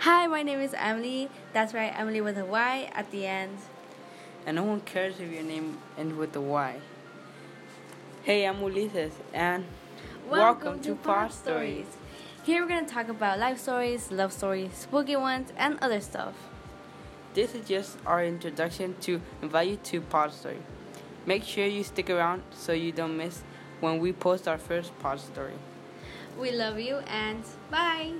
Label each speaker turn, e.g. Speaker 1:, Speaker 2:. Speaker 1: Hi, my name is Emily. That's right, Emily with a Y at the end.
Speaker 2: And no one cares if your name ends with a Y. Hey, I'm Ulises, and Pod
Speaker 1: Here we're going to talk about life stories, love stories, spooky ones, and other stuff.
Speaker 2: This is just our introduction to invite you to Pod Story. Make sure you stick around so you don't miss when we post our first Pod Story.
Speaker 1: We love you and bye.